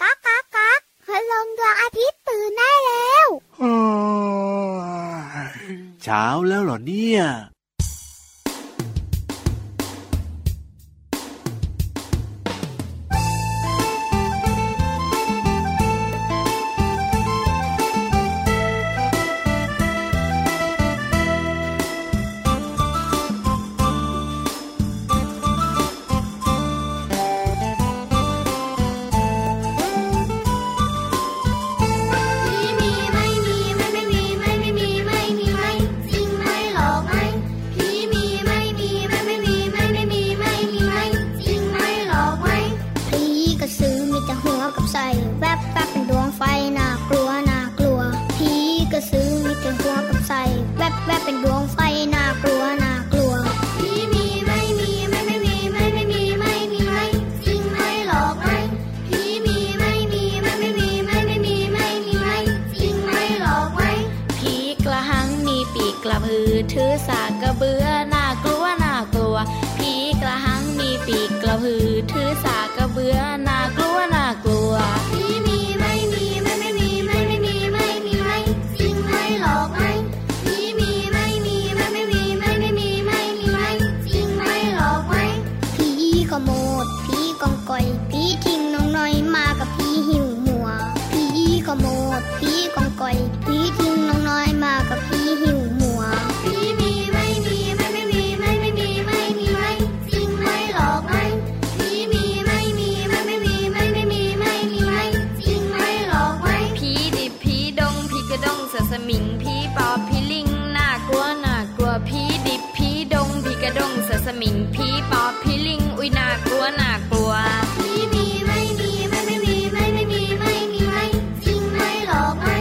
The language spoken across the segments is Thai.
ก๊ากก๊ากก๊ากพลงดวงอาทิตย์ตื่นได้แล้ว เช้าแล้วเหรอเนี่ย มีมีไม่มีไม่ไม่มีไม่ไม่มีไม่มีไม่จริงไม่หลอกไม่ผีมีไม่มีไม่ไม่มีไม่ไม่มีไม่มีไม่จริงไม่หลอกไม่ ผีกระสือมีแต่หัวกับไส้แวบแวบเป็นดวงไฟน่ากลัวน่ากลัวผีกระสือมีแต่หัวกับไส้แวบแวบเป็นดวงไฟน่ากลัวน่ากลัว ผีมีไม่มีไม่ไม่มีไม่ไม่มีไม่มีไม่จริงไม่หลอกไม่ผีมีไม่มีไม่ไม่มีไม่ไม่มีไม่มีไม่จริงไม่หลอกไม่ ผีกระหังมีปีกกระพือถือสากกระเบือน่ากลัวน่ากลัวผีกระหังมีปีกกระพือถือสากกระเบือน่ากลัวน่ากลัว ผีมีไม่มีไม่ไม่มีไม่ไม่มีไม่มีไม่จริงไม่หลอกไม่ผีมีไม่มีไม่ไม่มีไม่ไม่มีไม่มีไม่จริงไม่หลอกไม่ ผีขโมดผีกองก่อยผีทิ้งน้องน้อยมากับผีหิวหัวผีขโมดผีกองก่อยผีทิ้งน้องน้อยมากับผีหิวหัว ผีมีไม่มีไม่ไม่มีไม่ไม่มีไม่มีไม่จริงไม่หลอกไม่ผีมีไม่มีไม่ไม่มีไม่ไม่มีไม่มีไม่จริงไม่หลอกไม่ ผีดิบผีดงผีกระดงเสือสมิงผีปอบผีลิงน่ากลัวน่ากลัวผีดิบผีดงผีกระดงเสือสมิงผีปอบผีลิงอุ้ยน่ากลัวน่ากลัว ผีมีไม่มีไม่ไม่มีไม่ไม่มีไม่มีไม่จริงไม่หลอกไม่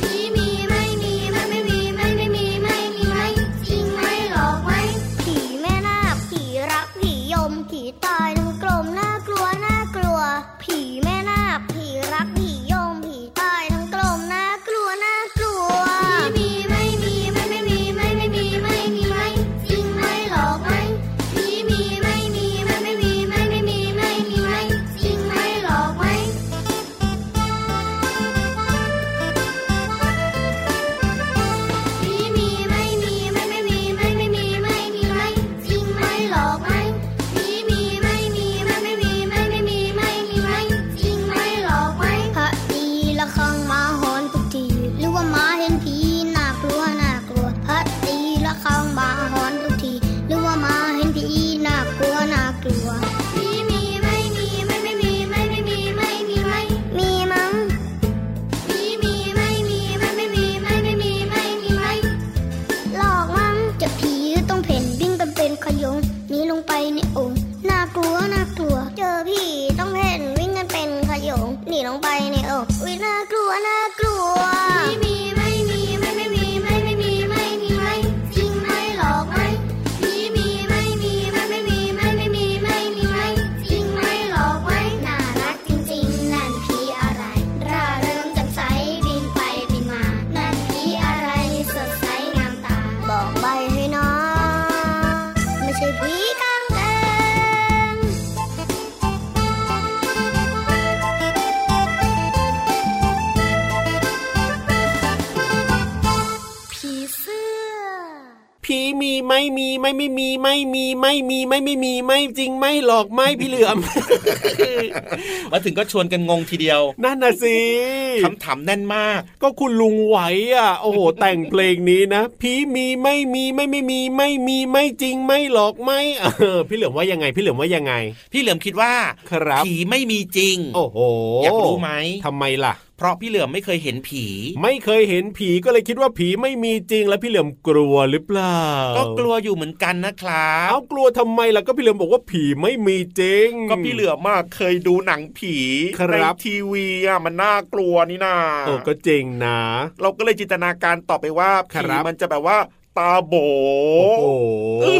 ผีมีไม่มีไม่ไม่มีไม่ไม่มีไม่มีไม่จริงไม่หลอกไม่ ผีแม่นาคผีรักผียมผีตายทั้งกลมน่ากลัวน่ากลัว ผีแม่นาคผีรักผียมผีตายทั้งกลมน่ากลัวน่ากลัว ผีมีไม่มีไม่ไม่มีไม่ไม่มีไม่มีไม่จริงไม่หลอกไม่ผีมีไม่มีไม่ไม่มีไม่ไม่มีไม่มีไม่จริงไม่หลอกไม่ ผีมีไม่มีไม่ไม่มีไม่ไม่มีไม่มีไม่จริงไม่หลอกไม่ผีมีไม่มีไม่ไม่มีไม่ไม่มีไม่มีไม่จริงไม่หลอกไม่ พระดีละครั้งมาหอนทุกทีหรือว่าหมาเห็นผีน่ากลัวน่ากลัวพระดีละครั้งมาหอนทุกทีหรือว่าหมาเห็นผีน่ากลัวน่ากลัว ผีมีไม่มีไม่ไม่มีไม่ไม่มีไม่มีไม่ มีมั้ง ผีมีไม่มีไม่ไม่มีไม่ไม่มีไม่มีไม่ หลอกมั้งจะผีต้องเพ่นวิ่งกันเป็นขยงหนีลงไปในโองค์น่ากลัวน่ากลัว เจอผีต้องเพ่นวิ่งกันเป็นขยงหนีลงไปในโองค์อุ้ยน่ากลัวน่ากลัว ผีมีไม่มีไม่ไม่มีไม่ไม่มีไม่มีไม่จริงไม่หลอกไม่ผีมีไม่มีไม่ไม่มีไม่ไม่มีไม่มีไม่จริงไม่หลอกไม่ น่ารักจริงๆ นั่นผีอะไร ร่าเริงแจ่มใสบินไปบินมา นั่นผีอะไรสดใสงามตา บอกใบให้นะไม่ใช่ผีกางเกงผีเสื้อ ผีมีไม่มีไม่ไม่มีไม่มีไม่มีไม่ไม่มีไม่จริงไม่หลอกไม่พี่เหลือม มาถึงก็ชวนกันงงทีเดียว นั่นน่ะสิ คำถามแน่นมาก ก็คุณลุงไหวอ่ะ โอ้โห แต่งเพลงนี้นะผีมีไม่มีไม่ไม่มีไม่มีไม่จริงไม่หลอกไม่เออพี่เหลือมว่ายังไง พี่เหลือมว่ายังไง พี่เหลือมคิดว่า ครับ ผีไม่มีจริง โอ้โห อยากรู้ไหม ทำไมล่ะ เพราะพี่เหลือมไม่เคยเห็นผี ไม่เคยเห็นผีก็เลยคิดว่าผีไม่มีจริงแล้วพี่เหลือมกลัวหรือเปล่า ก็กลัวอยู่เหมือนกันนะครั เอา บ กลัวทำไมล่ะก็พี่เหลือมบอกว่าผีไม่มีจริง ก็พี่เหลือมมากเคยดูหนังผี ครับ ในทีวีอ่ะมันน่ากลัวนี่นา เออก็จริงนะ เราก็เลยจินตนาการต่อไปว่า ครั ผี บ มันจะแบบว่า ตาโบ โอ้โห เอ้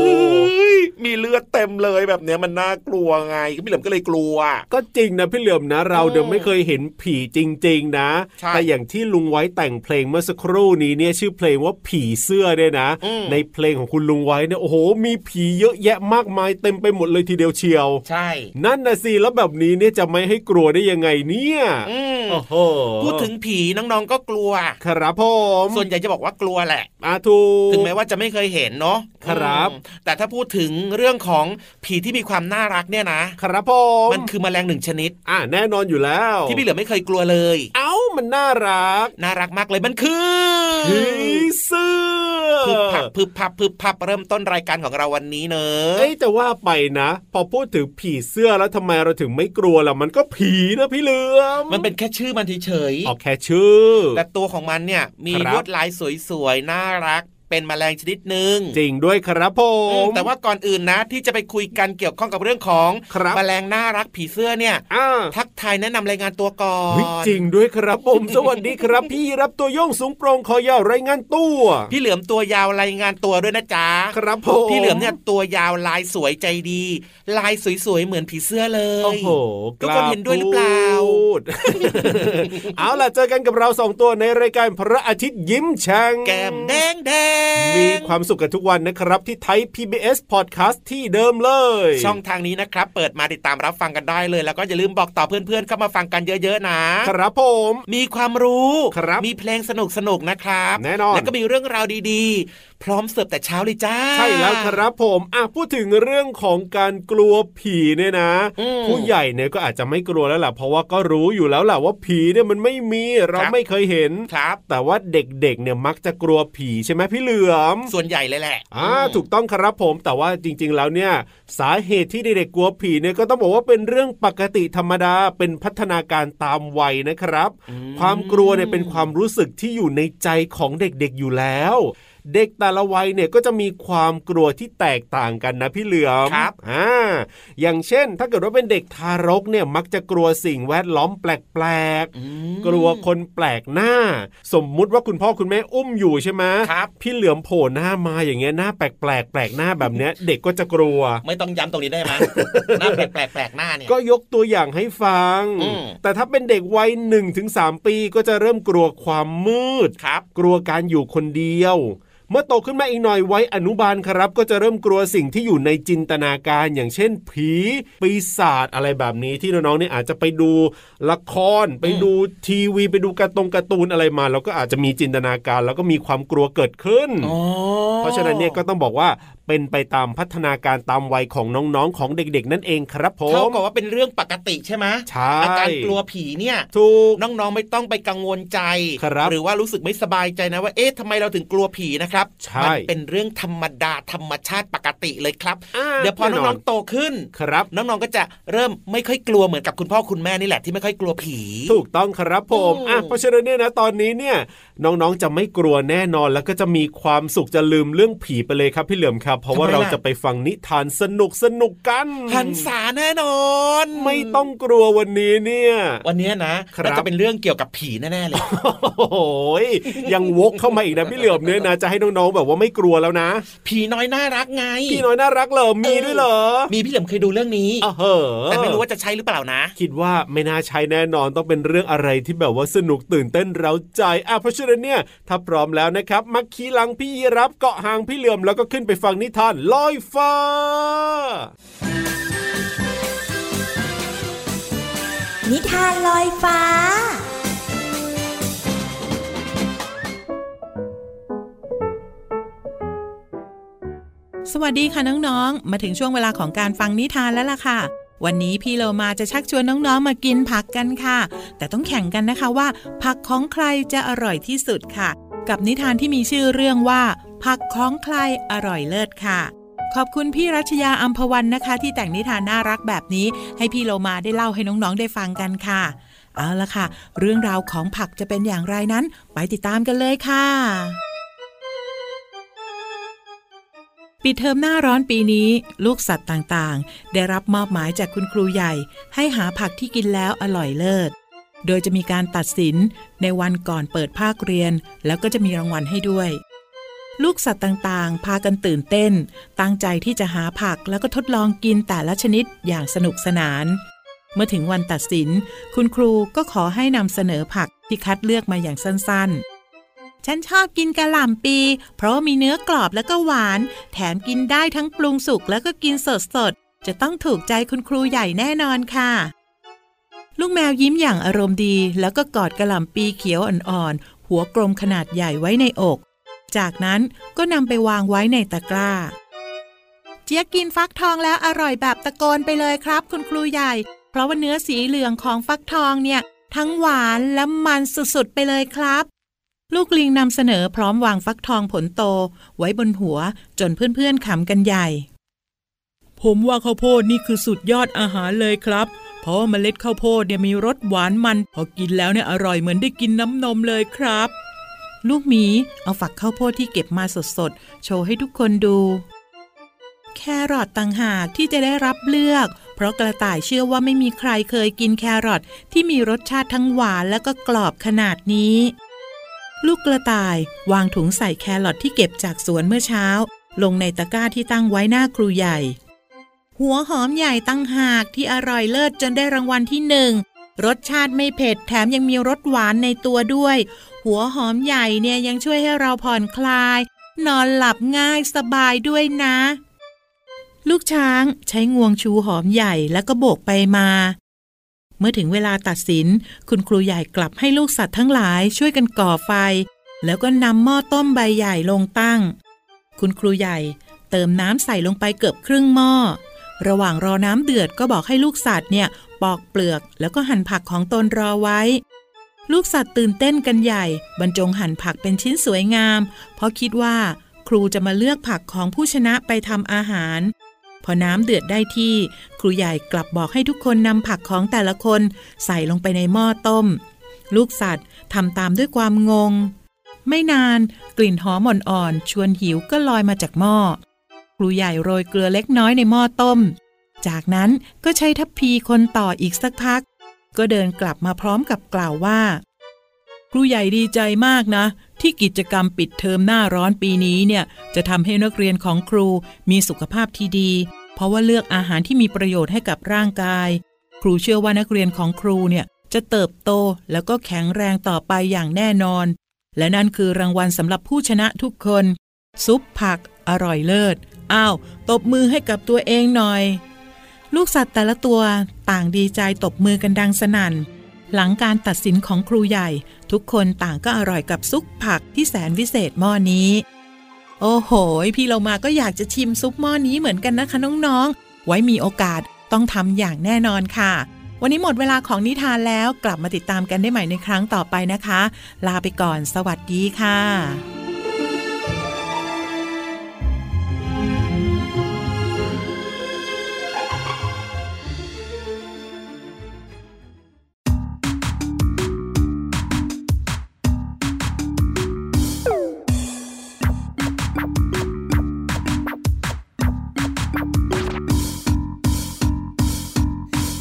ย มีเลือดเต็มเลยแบบเนี้ยมันน่ากลัวไงพี่เหลิมก็เลยกลัว ก็จริงนะพี่เหลือมนะ เราเดิมไม่เคยเห็นผีจริง ๆ นะ ใช่ แต่อย่างที่ลุงไว้แต่งเพลงเมื่อสักครู่นี้เนี่ยชื่อเพลงว่าผีเสื้อเนี่ยนะ อืม ในเพลงของคุณลุงไว้เนี่ยโอ้โห มีผีเยอะแยะมากมายเต็มไปหมดเลยทีเดียวเชียว ใช่ นั่นนะสิแล้วแบบนี้เนี่ยจะไม่ให้กลัวได้ยังไงเนี่ย อืม โอ้โห พูดถึงผีน้องๆก็กลัว ครับผม ส่วนใหญ่จะบอกว่ากลัวแหละ อาทู ถึงแม้ว่าจะไม่เคยเห็นเนาะ ครับ อืมแต่ถ้าพูดถึงเรื่องของผีที่มีความน่ารักเนี่ยนะ ครับผม มันคือแมลงหนึ่งชนิด อ่าแน่นอนอยู่แล้ว ที่พี่เหลือไม่เคยกลัวเลย เอ้ามันน่ารัก น่ารักมากเลยมันคือ ผีเสื้อ พึบพับพึบพับพึบพับเริ่มต้นรายการของเราวันนี้เนอะ เอ้ยแต่ว่าไปนะ พอพูดถึงผีเสื้อแล้วทำไมเราถึงไม่กลัวล่ะมันก็ผีนะพี่เหลือม มันเป็นแค่ชื่อมันเฉยๆ ออกแค่ชื่อ แต่ตัวของมันเนี่ยมี ครับ ลวดลายสวยๆ น่ารัก เป็นแมลงชนิดหนึ่ง จริงด้วยครับผ อื ม มแต่ว่าก่อนอื่นนะที่จะไปคุยกันเกี่ยวข้องกับเรื่องของ ครับ แมลงน่ารักผีเสื้อเนี่ย อ่า ทักทายแนะนำรายงานตัวก่อน เฮ้ยจริงด้วยครับผม สวัสดีครับพี่รับตัวโย่งสูงโปรงคอยาวไรายงานตัว พี่เหลือมตัวยาวรายงานตัวด้วยนะจ๊ะ ครับผม พี่เหลือมเนี่ยตัวยาวลายสวยใจดี ลายสวยๆ เหมือนผีเสื้อเลย โอ้โห ทุกคนเห็นด้วยหรือเปล่า พูด เอาล่ะเจอกันกับเราสองตัวในรายการพระอาทิตย์ยิ้มแฉ่ง แก้มแดงแดง มีความสุขกันทุกวันนะครับ ที่ไทย PBS Podcast ที่เดิมเลย ช่องทางนี้นะครับ เปิดมาติดตามรับฟังกันได้เลย แล้วก็อย่าลืมบอกต่อเพื่อนๆเข้ามาฟังกันเยอะๆนะ ครับผม มีความรู้ ครับ มีเพลงสนุกสนุกๆนะครับ แน่นอน แล้วก็มีเรื่องราวดีๆ พร้อมเสิร์ฟแต่เช้าเลยจ้า ใช่แล้วครับผมอ่ะพูดถึงเรื่องของการกลัวผีเนี่ยนะ อืม ผู้ใหญ่เนี่ยก็อาจจะไม่กลัวแล้วล่ะเพราะว่าก็รู้อยู่แล้วล่ะว่าผีเนี่ยมันไม่มีเรา ครับ ไม่เคยเห็น ครับ แต่ว่าเด็กๆเนี่ยมักจะกลัวผีใช่ไหมพี่เหลือม ส่วนใหญ่เลยแหละ อ่าถูกต้องครับผมแต่ว่าจริง ๆ แล้วเนี่ย สาเหตุที่เด็กๆกลัวผีเนี่ยก็ต้องบอกว่าเป็นเรื่องปกติธรรมดาเป็นพัฒนาการตามวัยนะครับ อื ความกลัวเนี่ยเป็นความรู้สึกที่อยู่ในใจของเด็กๆอยู่แล้ว เด็กแต่ละวัยเนี่ยก็จะมีความกลัวที่แตกต่างกันนะพี่เหลือม ครับ อ่าอย่างเช่น ถ้าเกิดว่าเป็นเด็กทารกเนี่ยมักจะกลัวสิ่งแวดล้อมแปลก อืม ๆ กลัวคนแปลกหน้า สมมุติว่าคุณพ่อคุณแม่อุ้มอยู่ใช่ไหม ครับ พี่เหลือมโผล่หน้ามาอย่างเงี้ยหน้าแปลกๆแปลกหน้าแบบเนี้ย เด็กก็จะกลัว ไม่ต้องย้ำตรงนี้ ได้ไหม หน้าแปลกๆแปลกหน้าเนี่ย ก็ยกตัวอย่างให้ฟัง อืม แต่ถ้าเป็นเด็กวัย1นถึงสปีก็จะเริ่มกลัวความมืด ครับ กลัวการอยู่คนเดียว เมื่อโตขึ้นมาอีกหน่อยไว้อนุบาลครับ ก็จะเริ่มกลัวสิ่งที่อยู่ในจินตนาการ อย่างเช่น ผีปีศาจอะไรแบบนี้ที่น้องๆเนี่ยอาจจะไปดูละคร ไปดูทีวีไปดูการ์ตงการ์ตูนอะไรมา แล้วก็อาจจะมีจินตนาการ แล้วก็มีความกลัวเกิดขึ้น เพราะฉะนั้นเนี่ยก็ต้องบอกว่าเป็นไปตามพัฒนาการตามวัยของน้องๆ ของเด็กๆ นั่นเองครับผ เท่าม กับว่าเป็นเรื่องปกติใช่ไหม ใช่ อาการกลัวผีเนี่ย ถูก น้องๆไม่ต้องไปกังวลใจ ครับ หรือว่ารู้สึกไม่สบายใจนะว่าเอ๊ะทำไมเราถึงกลัวผีนะครับ ใช่ มัเป็นเรื่องธรรมดาธรรมชาติปกติเลยครับ อ่า เดี๋ยวพอ แน่นอน น้องๆโตขึ้น ครับ น้องๆ ก็จะเริ่มไม่ค่อยกลัวเหมือนกับคุณพ่อคุณแม่นี่แหละที่ไม่ค่อยกลัวผี ถูกต้องครับผม อืม อ่ะเพราะฉะนั้นเนี่ยนะตอนนี้เนี่ยน้องๆจะไม่กลัวแน่นอนแล้วก็จะมีความสุขจะลืมเรื่องผีไปเลยครับพี่เหลือมครับ เพราะว่าเราจะไปฟังนิทานสนุกสนุกๆกัน หันษาแน่นอน ไม่ต้องกลัววันนี้เนี่ย วันเนี้ยนะครับ น่าจะเป็นเรื่องเกี่ยวกับผีแน่ๆเลย โอ้โหยยังวกเข้ามาอีกนะพี่เหลือมเนี่ยนะจะให้น้องๆแบบว่าไม่กลัวแล้วนะ ผีน้อยน่ารักไง พี่น้อยน่ารักเหรอมีด้วยเหรอ มีพี่เหลิมเคยดูเรื่องนี้ อ่ะเหอ แต่ไม่รู้ว่าจะใช่หรือเปล่านะ คิดว่าไม่น่าใช้แน่นอนต้องเป็นเรื่องอะไรที่แบบว่าสนุกตื่นเต้นเร้าใจอ่ะเพราะฉะนั้นเนี่ยถ้าพร้อมแล้วนะครับมักคีหลังพี่ยีรับเกาะหางพี่เหลือมแล้วก็ขึ้นไปฟังนิทานลอยฟ้า นิทานลอยฟ้า สวัสดีค่ะน้องๆ มาถึงช่วงเวลาของการฟังนิทานแล้วล่ะค่ะ วันนี้พี่เรามาจะชักชวนน้องๆ มากินผักกันค่ะ แต่ต้องแข่งกันนะคะว่า ผักของใครจะอร่อยที่สุดค่ะ กับนิทานที่มีชื่อเรื่องว่า ผักของใครอร่อยเลิศค่ะ ขอบคุณพี่รัชยาอัมพวันนะคะ ที่แต่งนิทานน่ารักแบบนี้ ให้พี่เรามาได้เล่าให้น้องๆ ได้ฟังกันค่ะ เอาละค่ะ เรื่องราวของผักจะเป็นอย่างไรนั้น ไปติดตามกันเลยค่ะ ปิดเทอมหน้าร้อนปีนี้ ลูกสัตว์ต่างๆ ได้รับมอบหมายจากคุณครูใหญ่ ให้หาผักที่กินแล้วอร่อยเลิศ โดยจะมีการตัดสินในวันก่อนเปิดภาคเรียน แล้วก็จะมีรางวัลให้ด้วย ลูกสัตว์ต่างๆ พากันตื่นเต้น ตั้งใจที่จะหาผักแล้วก็ทดลองกินแต่ละชนิดอย่างสนุกสนาน เมื่อถึงวันตัดสิน คุณครูก็ขอให้นำเสนอผักที่คัดเลือกมาอย่างสั้น ๆ ฉันชอบกินกะหล่ำปี เพราะว่ามีเนื้อกรอบแล้วก็หวาน แถมกินได้ทั้งปรุงสุกแล้วก็กินสดสดๆจะต้องถูกใจคุณครูใหญ่แน่นอนค่ะ ลูกแมวยิ้มอย่างอารมณ์ดี แล้วก็กอดกะหล่ำปีเขียวอ่อนๆ หัวกลมขนาดใหญ่ไว้ในอก จากนั้นก็นำไปวางไว้ในตะกร้า เจี๊ยกกินฟักทองแล้วอร่อยแบบตะโกนไปเลยครับ คุณครูใหญ่ เพราะว่าเนื้อสีเหลืองของฟักทองเนี่ย ทั้งหวานและมันสุดๆไปเลยครับ ลูกลิงนำเสนอพร้อมวางฟักทองผลโต ไว้บนหัวจนเพื่อนๆขำกันใหญ่ ผมว่าข้าวโพดนี่คือสุดยอดอาหารเลยครับ เพราะว่าเมล็ดข้าวโพดเนี่ยมีรสหวานมัน พอกินแล้วเนี่ยอร่อยเหมือนได้กินน้ำนมเลยครับ ลูกหมีเอาฝักข้าวโพดที่เก็บมาสดๆ โชว์ให้ทุกคนดู แครอทต่างหากที่จะได้รับเลือก เพราะกระต่ายเชื่อว่าไม่มีใครเคยกินแครอทที่มีรสชาติทั้งหวานและก็กรอบขนาดนี้ ลูกกระต่ายวางถุงใส่แครอทที่เก็บจากสวนเมื่อเช้า ลงในตะกร้าที่ตั้งไว้หน้าครูใหญ่ หัวหอมใหญ่ตั้งหากที่อร่อยเลิศจนได้รางวัลที่หนึ่งรสชาติไม่เผ็ดแถมยังมีรสหวานในตัวด้วย หัวหอมใหญ่เนี่ยยังช่วยให้เราผ่อนคลาย นอนหลับง่ายสบายด้วยนะ ลูกช้างใช้งวงชูหอมใหญ่แล้วก็โบกไปมา เมื่อถึงเวลาตัดสิน คุณครูใหญ่กลับให้ลูกสัตว์ทั้งหลายช่วยกันก่อไฟ แล้วก็นำหม้อต้มใบใหญ่ลงตั้ง คุณครูใหญ่เติมน้ำใส่ลงไปเกือบครึ่งหม้อ ระหว่างรอน้ำเดือดก็บอกให้ลูกสัตว์เนี่ย ปอกเปลือกแล้วก็หั่นผักของตนรอไว้ ลูกสัตว์ตื่นเต้นกันใหญ่ บรรจงหั่นผักเป็นชิ้นสวยงาม เพราะคิดว่า ครูจะมาเลือกผักของผู้ชนะไปทำอาหาร พอน้ำเดือดได้ที่ ครูใหญ่กลับบอกให้ทุกคนนำผักของแต่ละคน ใส่ลงไปในหม้อต้ม ลูกสัตว์ทำตามด้วยความงง ไม่นานกลิ่นหอมอ่อนๆชวนหิวก็ลอยมาจากหม้อ ครูใหญ่โรยเกลือเล็กน้อยในหม้อต้ม จากนั้นก็ใช้ทัพพีคนต่ออีกสักพัก ก็เดินกลับมาพร้อมกับกล่าวว่า ครูใหญ่ดีใจมากนะ ที่กิจกรรมปิดเทอมหน้าร้อนปีนี้เนี่ย จะทำให้นักเรียนของครูมีสุขภาพที่ดี เพราะว่าเลือกอาหารที่มีประโยชน์ให้กับร่างกาย ครูเชื่อว่านักเรียนของครูเนี่ย จะเติบโตแล้วก็แข็งแรงต่อไปอย่างแน่นอน และนั่นคือรางวัลสำหรับผู้ชนะทุกคน ซุปผักอร่อยเลิศอ้าวตบมือให้กับตัวเองหน่อย ลูกสัตว์แต่ละตัวต่างดีใจตบมือกันดังสนั่น หลังการตัดสินของครูใหญ่ ทุกคนต่างก็อร่อยกับซุปผักที่แสนวิเศษหม้อนี้ โอ้โห พี่เรามาก็อยากจะชิมซุปหม้อนี้เหมือนกันนะคะน้องๆ ไว้มีโอกาสต้องทำอย่างแน่นอนค่ะ วันนี้หมดเวลาของนิทานแล้วกลับมาติดตามกันได้ใหม่ในครั้งต่อไปนะคะ ลาไปก่อน สวัสดีค่ะ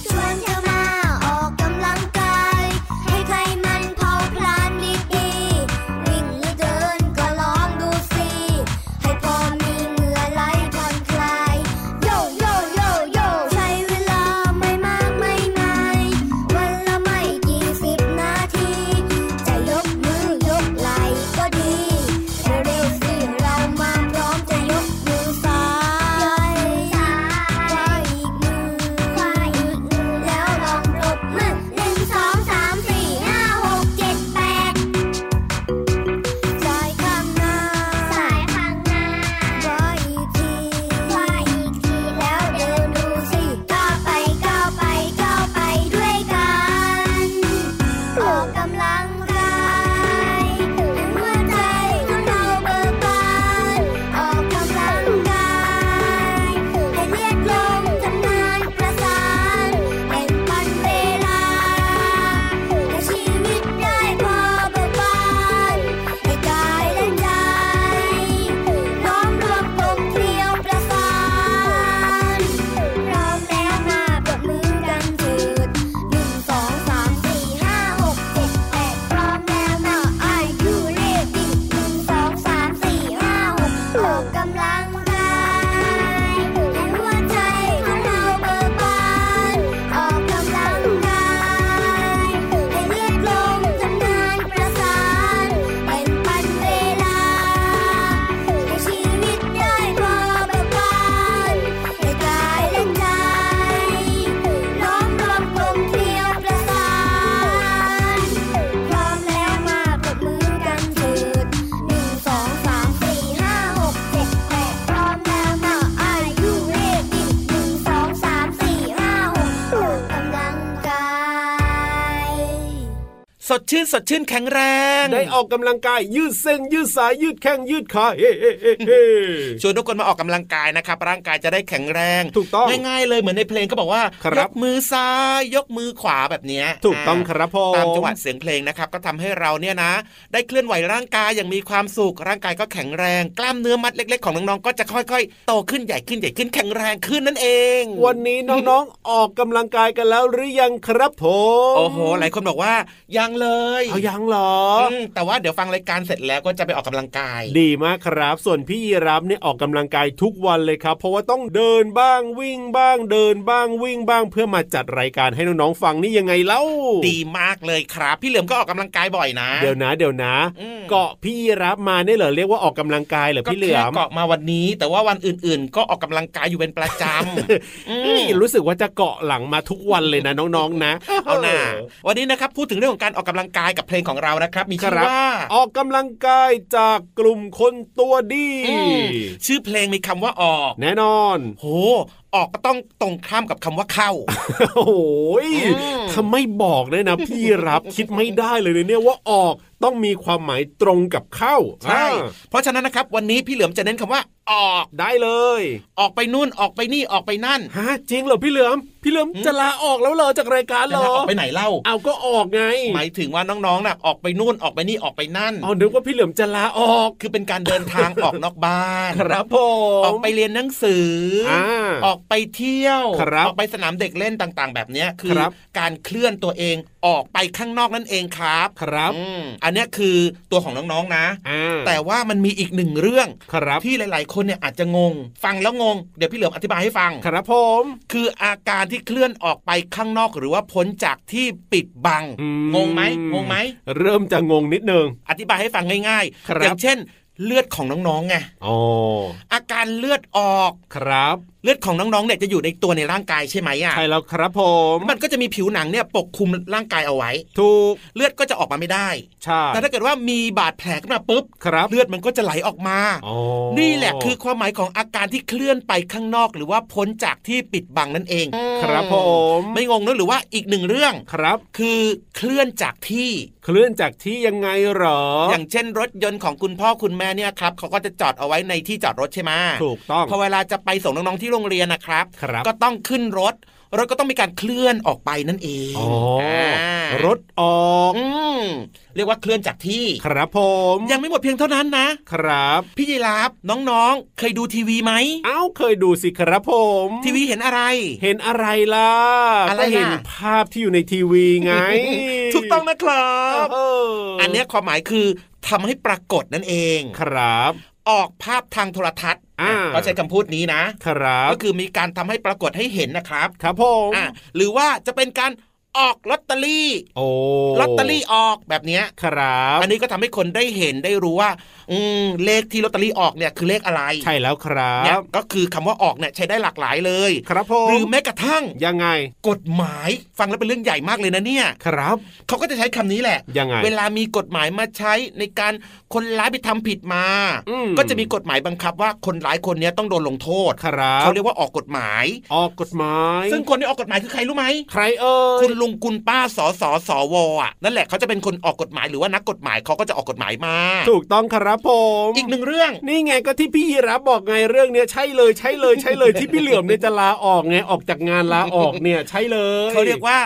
ชวนเธอมาออกกำลังกาย ให้ไขมันเผาพลาญดีๆวิ่งหรือเดิน สดชื่นสดชื่นแข็งแรง ได้ออกกำลังกายยืดเส้น ยืดสายยืดแข้งยืดขาเฮ้เฮ้เฮ้เฮ้ ชวนทุกคนมาออกกำลังกายนะครับ ร่างกายจะได้แข็งแรง ถูกต้อง ง่ายๆเลยเหมือนในเพลงก็บอกว่า ครั ย บ กมือซ้ายยกมือขวาแบบเนี้ย ถูกต้องครับผ อ่าม ตามจังหวะเสียงเพลงนะครับก็ทำให้เราเนี่ยนะ ได้เคลื่อนไหวร่างกายอย่างมีความสุขร่างกายก็แข็งแรง กล้ามเนื้อมัดเล็ก ๆ ของน้องๆก็จะค่อยๆ โตขึ้นใหญ่ขึ้นใหญ่ขึ้นแข็งแรงขึ้นนั่นเอง วันนี้น้องๆ ออกกำลังกายกันแล้วหรือยังครับผม โอ้โหหลายคนบอกว่ายังเลย เอายังเหรออ อืมแต่ว่าเดี๋ยวฟังรายการเสร็จแล้วก็จะไปออกกำลังกาย ดีมากครับ ส่วนพี่ยีรับเนี่ยออกกำลังกายทุกวันเลยครับ เพราะว่าต้องเดินบ้างวิ่งบ้างเดินบ้างวิ่งบ้างเพื่อมาจัดรายการให้น้องๆฟังนี่ยังไงเล่า ดีมากเลยครับ พี่เหลือมก็ออกกำลังกายบ่อยนะ เดี๋ยวนะเดี๋ยวนะ อืม เกาะพี่ยีรับมาเนี่ยเหรอเรียกว่าออกกำลังกายเหรอ ก็ พี่เหลื แค่ อม เกาะมาวันนี้ แต่ว่าวันอื่นๆ ก็ออกกำลังกายอยู่เป็นประจำ อื เอ้ ม ยรู้สึกว่าจะเกาะหลังมาทุกวันเลยนะ น้องๆนะ เอาหน่าวันนี้นะครับพูดถึงเรื่องของการออกกำลังกายกับเพลงของเรานะครับ มี ค ชื่อ รับ ว่า ออกกำลังกายจากกลุ่มคนตัวดี อืมชื่อเพลงมีคำว่าออก แน่นอน โห ออกก็ต้องตรงข้ามกับคำว่าเข้า โอ้โหย อืม ทำไม่บอกเลยนะ พี่รับคิดไม่ได้เลยเนี่ยว่าออกต้องมีความหมายตรงกับเข้า ใช่ อ่า เพราะฉะนั้นนะครับ วันนี้พี่เหลือมจะเน้นคำว่า ออก ได้เลย ออกไปนู่นออกไปนี่ออกไปนั่น ฮะจริงเหรอพี่เหลือมพี่เหลือมจะลาออกแล้วเหรอจากรายการเหรอ ออกไปไหนเล่า เอาก็ออกไง หมายถึงว่าน้องๆน่ะออกไปนู่นออกไปนี่ออกไปนั่น เอานึกว่าพี่เหลือมจะลาออก คือเป็นการเดินทาง ออกนอกบ้าน ครับผม ออกไปเรียนหนังสืออา ออกไปเที่ยว ครับ ออกไปสนามเด็กเล่นต่างๆ แบบเนี้ยคือ ครับ การเคลื่อนตัวเองออกไปข้างนอกนั่นเองครับ ครับ อืมอันเนี้ยคือตัวของน้องๆนะ อ่า แต่ว่ามันมีอีกหนึ่งเรื่อง ครับ ที่หลายๆ คนเนี่ยอาจจะงง ฟังแล้วงง เดี๋ยวพี่เหลือมอธิบายให้ฟัง ครับผม คืออาการที่เคลื่อนออกไปข้างนอกหรือว่าพ้นจากที่ปิดบัง อื งงไหมงงไหม เริ่มจะงงนิดนึง อธิบายให้ฟังง่าย ครับ ๆ อย่างเช่น เลือดของน้องๆไง อ๋อ อาการเลือดออก ครับ เลือดของน้องๆเนี่ยจะอยู่ในตัวในร่างกายใช่ไหมอ่ะ ใช่แล้วครับผม มันก็จะมีผิวหนังเนี่ยปกคลุมร่างกายเอาไว้ ถูก เลือดก็จะออกมาไม่ได้ ใช่ แต่ถ้าเกิดว่ามีบาดแผลขึ้นมาปุ๊บ ครับ เลือดมันก็จะไหลออกมา อ๋อ นี่แหละคือความหมายของอาการที่เคลื่อนไปข้างนอก หรือว่าพ้นจากที่ปิดบังนั่นเอง ครับผม ไม่งงนะหรือว่าอีกหนึ่งเรื่อง ครับ คือเคลื่อนจากที่ เคลื่อนจากที่ยังไงเหรอ อ อย่าง เช่นรถยนต์ของคุณพ่อคุณแม่เนี่ยครับเขาก็จะจอดเอาไว้ในที่จอดรถใช่ไหม ถูกต้อง พอเวลาจะไปส่งน้องๆที่โรงเรียนนะครับ ครับ ก็ต้องขึ้นรถ รถก็ต้องมีการเคลื่อนออกไปนั่นเอง อ๋อ าร ถออก อืมเรียกว่าเคลื่อนจากที่ ครับผม ยังไม่หมดเพียงเท่านั้นนะ ครับ พี่ยีราฟน้องๆ เคยดูทีวีไหม เอ้าเคยดูสิครับผม ทีวีเห็นอะไร เห็นอะไรล่ะ อะก็ไรล่ะ เห็นภาพที่อยู่ในทีวีไง ถูกต้องนะครับ เอออั อันเนี้ยความหมายคือทำให้ปรากฏนั่นเอง ครับ ออกภาพทางโทรทัศน์ อ่า อ่ะก็ใช้คำพูดนี้นะ ครับ ก็คือมีการทำให้ปรากฏให้เห็นนะครับ ครับผม อ่ะหรือว่าจะเป็นการออกลอตเตอรี่ โอ้ ลอตเตอรี่ออกแบบเนี้ย ครับ อันนี้ก็ทำให้คนได้เห็นได้รู้ว่า อืมเลขที่ลอตเตอรี่ออกเนี่ยคือเลขอะไร ใช่แล้วครั เนี่ย บ ก็คือคำว่าออกเนี่ยใช้ได้หลากหลายเลย ครับผม หรือแม้กระทั่ง ยังไง กฎหมายฟังแล้วเป็นเรื่องใหญ่มากเลยนะเนี่ย ครับ เขาก็จะใช้คำนี้แหละ ยังไง เวลามีกฎหมายมาใช้ในการคนร้ายไปทำผิดมา อืม ก็จะมีกฎหมายบังคับว่าคนร้ายคนเนี้ยต้องโดนลงโทษ ครับ เขาเรียกว่าออกกฎหมาย ออกกฎหมาย ซึ่งคนที่ออกกฎหมายคือใครรู้ไหม ใครเอ่ย คุณลุงคุณป้าสอสอสอวอ่ะนั่นแหละเขาจะเป็นคนออกกฎหมายหรือว่านักกฎหมายเขาก็จะออกกฎหมายมา ถูกต้องครับผม อีกหนึ่งเรื่อง นี่ไงก็ที่พี่ยีรับบอกไงเรื่องเนี้ยใช่เลยใช่เลยใช่เลยที่พี่เหลือมเนี่ยจะลาออกไงออกจากงานลาออกเนี่ยใช่เลย เขาเรียกว่า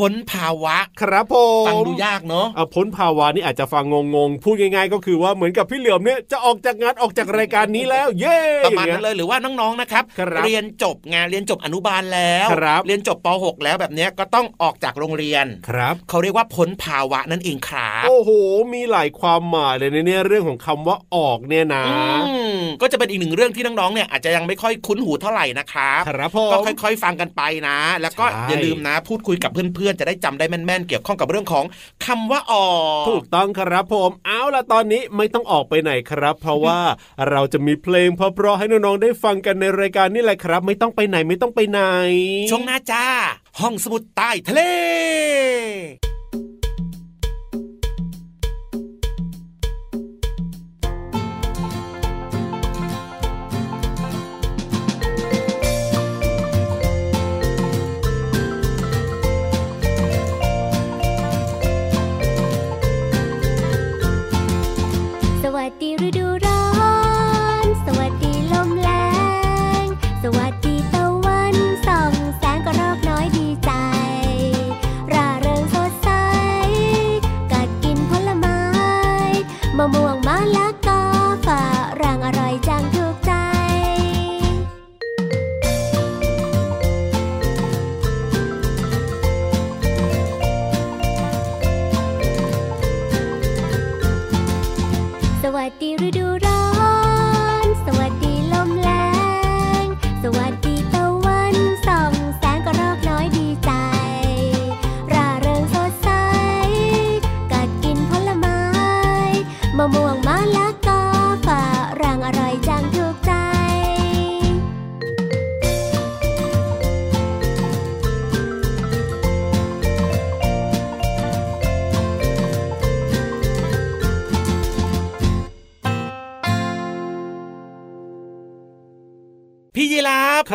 พ้นภาวะ ครับผม ฟังดูยากเนาะ เอาพ้นภาวะนี่อาจจะฟังงงๆ พูดง่ายๆ ก็คือว่าเหมือนกับพี่เหลือมเนี่ยจะออกจากงานออกจากรายการนี้แล้ว เย้ ประมาณ อย่งนั้น งี้ เลยหรือว่าน้องๆนะครับ ครับ เรียนจบงานเรียนจบอนุบาลแล้ว ครับ เรียนจบป .6 แล้วแบบเนี้ยก็ต้องออกจากโรงเรียน ครับ เขาเรียกว่าพ้นภาวะนั่นเองครับ โอ้โห มีหลายความหมายเลยในเนี่ยเรื่องของคำว่าออกเนี่ยนะ อืมก็จะเป็นอีกหนึ่งเรื่องที่น้องๆเนี่ยอาจจะยังไม่ค่อยคุ้นหูเท่าไหร่นะครับ ครับผม ก็ค่อยๆ ฟังกันไปนะ แล้วก็ ใช่ อย่าลืมนะ พูดคุยกับเพื่อนๆ จะได้จำได้แม่นๆ เกี่ยวข้องกับเรื่องของคำว่าออก ถูกต้องครับผม เอาล่ะตอนนี้ไม่ต้องออกไปไหนครับ เพราะว่าเราจะมีเพลงเพราะๆให้น้องๆได้ฟังกันในรายการนี่แหละครับ ไม่ต้องไปไหนไม่ต้องไปไหน ช่วงหน้าจ้า ห้องสมุดใต้ทะเล เ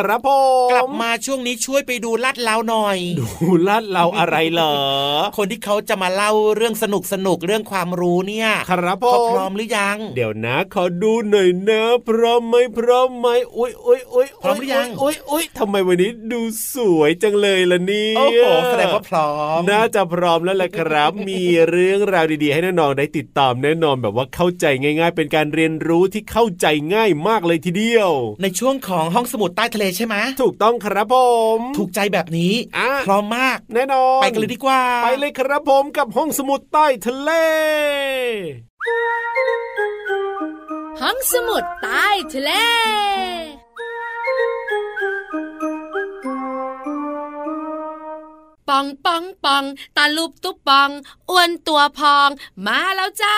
ครับผม กลับมาช่วงนี้ช่วยไปดูลาดเลาหน่อย ดูลาดเราอะไรเหรอ คนที่เขาจะมาเล่าเรื่องสนุกสนุกๆเรื่องความรู้เนี่ย ครับผ เขาพร้อ ม มหรือยัง เดี๋ยวนะขอดูหน่อยนะพร้อมไหมพร้อมไหมอุ้ยอุ้ยอุ้ย พร้อมหรือยัง อุ้ยอุ้ยทำไมวันนี้ดูสวยจังเลยล่ะเนี่ย โอ้โหแสดงว่าพร้อม น่าจะพร้อมแล้วแหละครับ มีเรื่องราวดีๆ ให้น้องๆได้ติดตามแน่นอนแบบว่าเข้าใจง่าย ๆ เป็นการเรียนรู้ที่เข้าใจง่ายมากเลยทีเดียว ในช่วงของห้องสมุดใต้ทะเลใช่ไหม ถูกต้องครับผม ถูกใจแบบนี้ อ่ะ พร้อมมาก แน่นอน ไปกันเลยดีกว่า ไปเลยครับผมกับห้องสมุดใต้ทะเล ห้องสมุดใต้ทะเล ปองปองปอง ตาลูบตุ๊บปอง อ้วนตัวพอง มาแล้วจ้า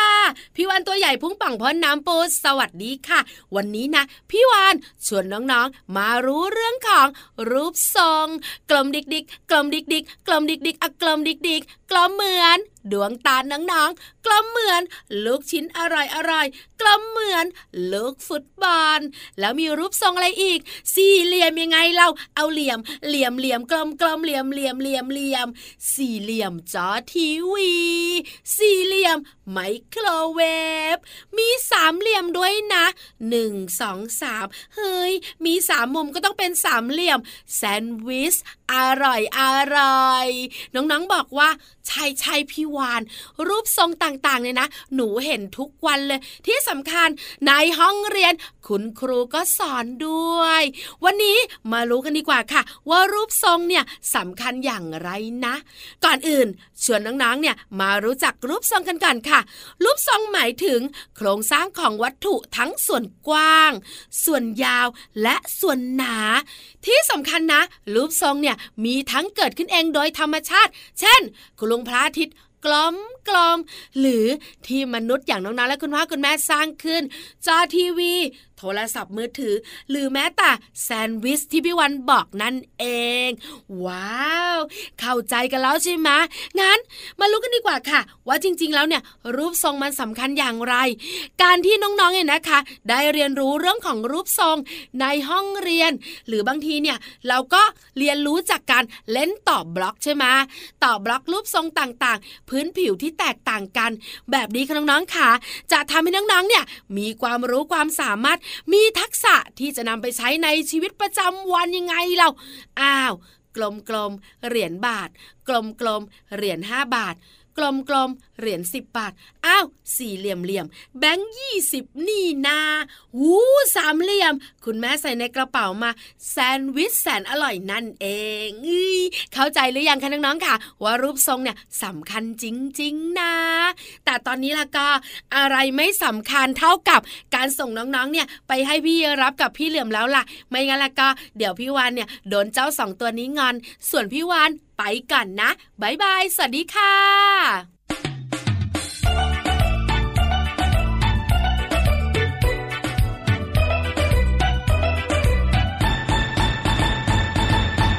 พี่วานตัวใหญ่พุ่งป่องพ้นน้ำปูสวัสดีค่ะ วันนี้นะ พี่วานชวนน้องๆ มารู้เรื่องของรูปทรง กลมดิกดิกกลมดิกดิกกลมดิกดิกอะกลมดิกดิกกลมเหมือน ดวงตาน้องๆ กลมเหมือน ลูกชิ้นอร่อยอร่อยๆกลมเหมือน ลูกฟุตบอล แล้วมีรูปทรงอะไรอีก สี่เหลี่ยมยังไงเราเอาเหลี่ยม เหลี่ยมเหลี่ยมกลมกลมเหลี่ยมเหลี่ยมเหลี่ยมเหลี่ยม สี่เหลี่ยมจอทีวี สี่เหลี่ยมไมโครเวฟ มีสามเหลี่ยมด้วยนะหนึ่งสองสามเฮ้ย มีสามมุมก็ต้องเป็นสามเหลี่ยม แซนด์วิช อร่อยอร่อย น้องๆบอกว่าใช่ใช่พี่วาน รูปทรงต่างๆเนี่ยนะ หนูเห็นทุกวันเลย ที่สำคัญในห้องเรียน คุณครูก็สอนด้วย วันนี้มารู้กันดีกว่าค่ะ ว่ารูปทรงเนี่ยสำคัญอย่างไรนะ ก่อนอื่นชวนน้องๆเนี่ยมารู้จักรูปทรงกันก่อนค่ะ รูปทรงหมายถึง โครงสร้างของวัตถุทั้งส่วนกว้าง ส่วนยาวและส่วนหนา ที่สำคัญนะ รูปทรงเนี่ยมีทั้งเกิดขึ้นเองโดยธรรมชาติ เช่น คุณลุงพระอาทิตย์กลมกลม หรือที่มนุษย์อย่างน้องๆและคุณพ่อคุณแม่สร้างขึ้น จอทีวี โทรศัพท์มือถือ หรือแม้แต่แซนด์วิชที่พี่วันบอกนั่นเอง ว้าว เข้าใจกันแล้วใช่ไหมงั้น มารู้กันดีกว่าค่ะ ว่าจริงๆแล้วเนี่ยรูปทรงมันสำคัญอย่างไร การที่น้องๆเนี่ยนะคะ ได้เรียนรู้เรื่องของรูปทรงในห้องเรียน หรือบางทีเนี่ยเราก็เรียนรู้จากการเล่นต่อบล็อกใช่ไหมต่อบล็อกรูปทรงต่างๆ พื้นผิวที่แตกต่างกัน แบบนี้ค่ะน้องๆค่ะ จะทำให้น้องๆเนี่ยมีความรู้ความสามารถ มีทักษะที่จะนำไปใช้ในชีวิตประจำวันยังไงเราอ้าว กลมกลมๆเหรียญบาท กลมกลมๆเหรียญห้าบาท กลมกลมๆเหรียญสิบบาท อ้าวสี่เหลี่ยมเหลี่ยมๆแบงค์ยี่สิบนี่นาวู้สามเหลี่ยม คุณแม่ใส่ในกระเป๋ามา แซนด์วิชแสนอร่อยนั่นเองอุ๊ยเข้าใจหรือยังคะน้องๆค่ะ ว่ารูปทรงเนี่ยสำคัญจริงๆนะ แต่ตอนนี้ละก็อะไรไม่สำคัญเท่ากับการส่งน้องๆเนี่ยไปให้พี่รับกับพี่เหลือมแล้วล่ะ ไม่งั้นละก็เดี๋ยวพี่วานเนี่ยโดนเจ้าสองตัวนี้งอน ส่วนพี่วานไปก่อนนะบายบาย สวัสดีค่ะ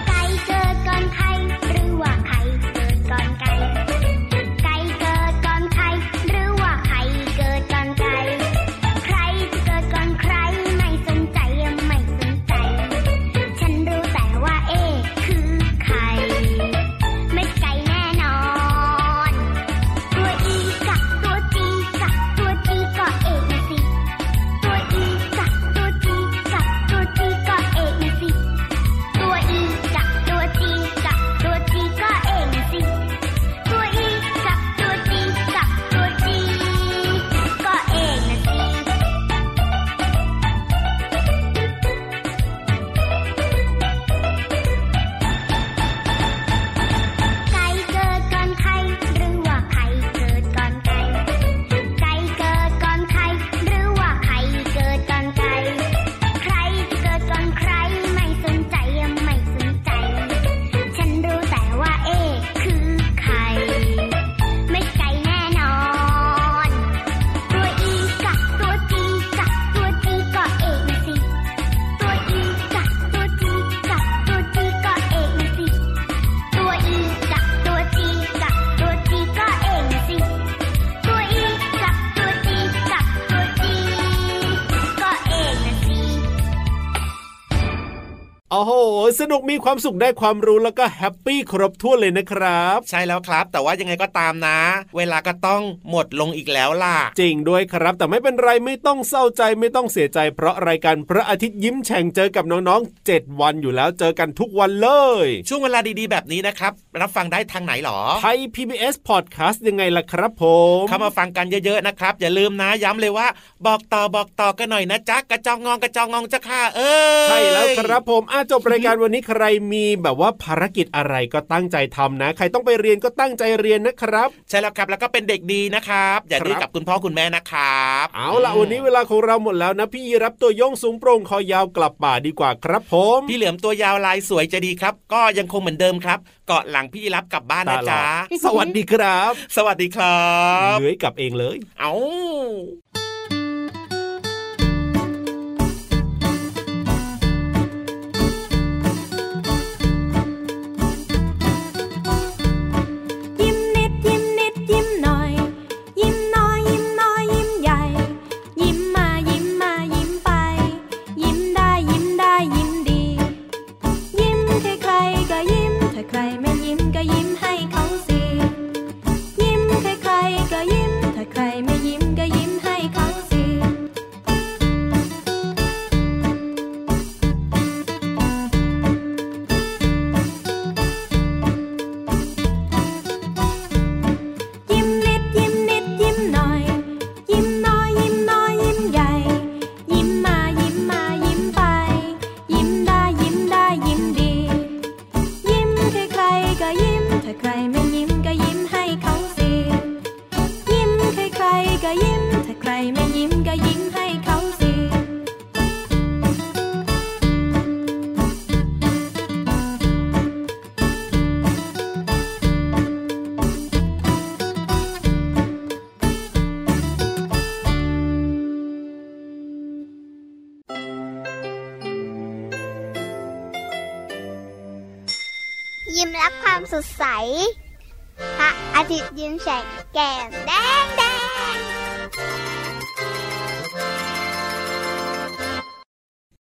ไก่เกิดก่อนไข่หรือว่าไข่เกิดก่อนไก่ ไก่เกิดก่อนไข่หรือว่าไข่เกิดก่อนไก่ ใครจะเกิดก่อนใครไม่สนใจไม่สนใจ ฉันรู้แต่ว่าเอ๊คือไข่ ไม่ไก่แน่นอน สนุกมีความสุขได้ความรู้แล้วก็แฮปปี้ครบถ้วนเลยนะครับ ใช่แล้วครับ แต่ว่ายังไงก็ตามนะ เวลาก็ต้องหมดลงอีกแล้วล่ะ จริงด้วยครับ แต่ไม่เป็นไรไม่ต้องเศร้าใจไม่ต้องเสียใจ เพราะรายการพระอาทิตย์ยิ้มแฉ่งเจอกับน้องๆ 7 วันอยู่แล้วเจอกันทุกวันเลย ช่วงเวลาดีๆแบบนี้นะครับ รับฟังได้ทางไหนหรอ ไทย PBS Podcast ยังไงล่ะครับผม เข้ามาฟังกันเยอะๆนะครับ อย่าลืมนะย้ำเลยว่า บอกต่อบอกต่อกันหน่อยนะจ๊ะกระจองงองกระจองงองจ้าค่ะเอ้ย ใช่แล้วครับผมอาจบรายการวันนี้ใครมีแบบว่าภารกิจอะไรก็ตั้งใจทำนะ ใครต้องไปเรียนก็ตั้งใจเรียนนะครับ ใช่แล้วครับแล้วก็เป็นเด็กดีนะครับ อย่าดื้อกับคุณพ่อคุณแม่นะครับ เอาละวันนี้เวลาของเราหมดแล้วนะ พี่รับตัวโยงสูงโปร่งคอยาวกลับป่าดีกว่าครับผม พี่เหลือมตัวยาวลายสวยใจะดีครับ ก็ยังคงเหมือนเดิมครับ เกาะหลังพี่รับกลับบ้านนะจ๊ะ สวัสดีครับ สวัสดีครับ เหนื่อยกลับเองเลย เอา ยิ้มนิดยิ้มนิดยิ้มหน่อย ยิ้มน้อยยิ้มน้อยยิ้มใหญ่ ยิ้มมายิ้มมายิ้มไป ยิ้มได้ยิ้มได้ยิ้มดี ยิ้มใครใครๆก็ยิ้มถ้าใครไม่ยิ้มก็ยิ้มให้เขาสิยิ้มใครใครๆก็ยิ้มถ้าใครไม่ยิ้มก็ยิ้มให้เขาสิ ยิ้มนิดยิ้มนิดยิ้มหน่อย ยิ้มน้อยยิ้มน้อยยิ้มใหญ่ ยิ้มมายิ้มมายิ้มไป ยิ้มได้ยิ้มได้ยิ้มดี ยิ้มใครใครๆก็ยิ้มถ้าใครไม่ยิ้มก็ยิ้มให้เขาสิยิ้มใครใครๆก็ยิ้มถ้าใครไม่ยิ้มก็ยิ้มให้เขาสิ ยิ้มรับความสดใส พระอาทิตย์ยิ้มแฉกแก้มแดงแดง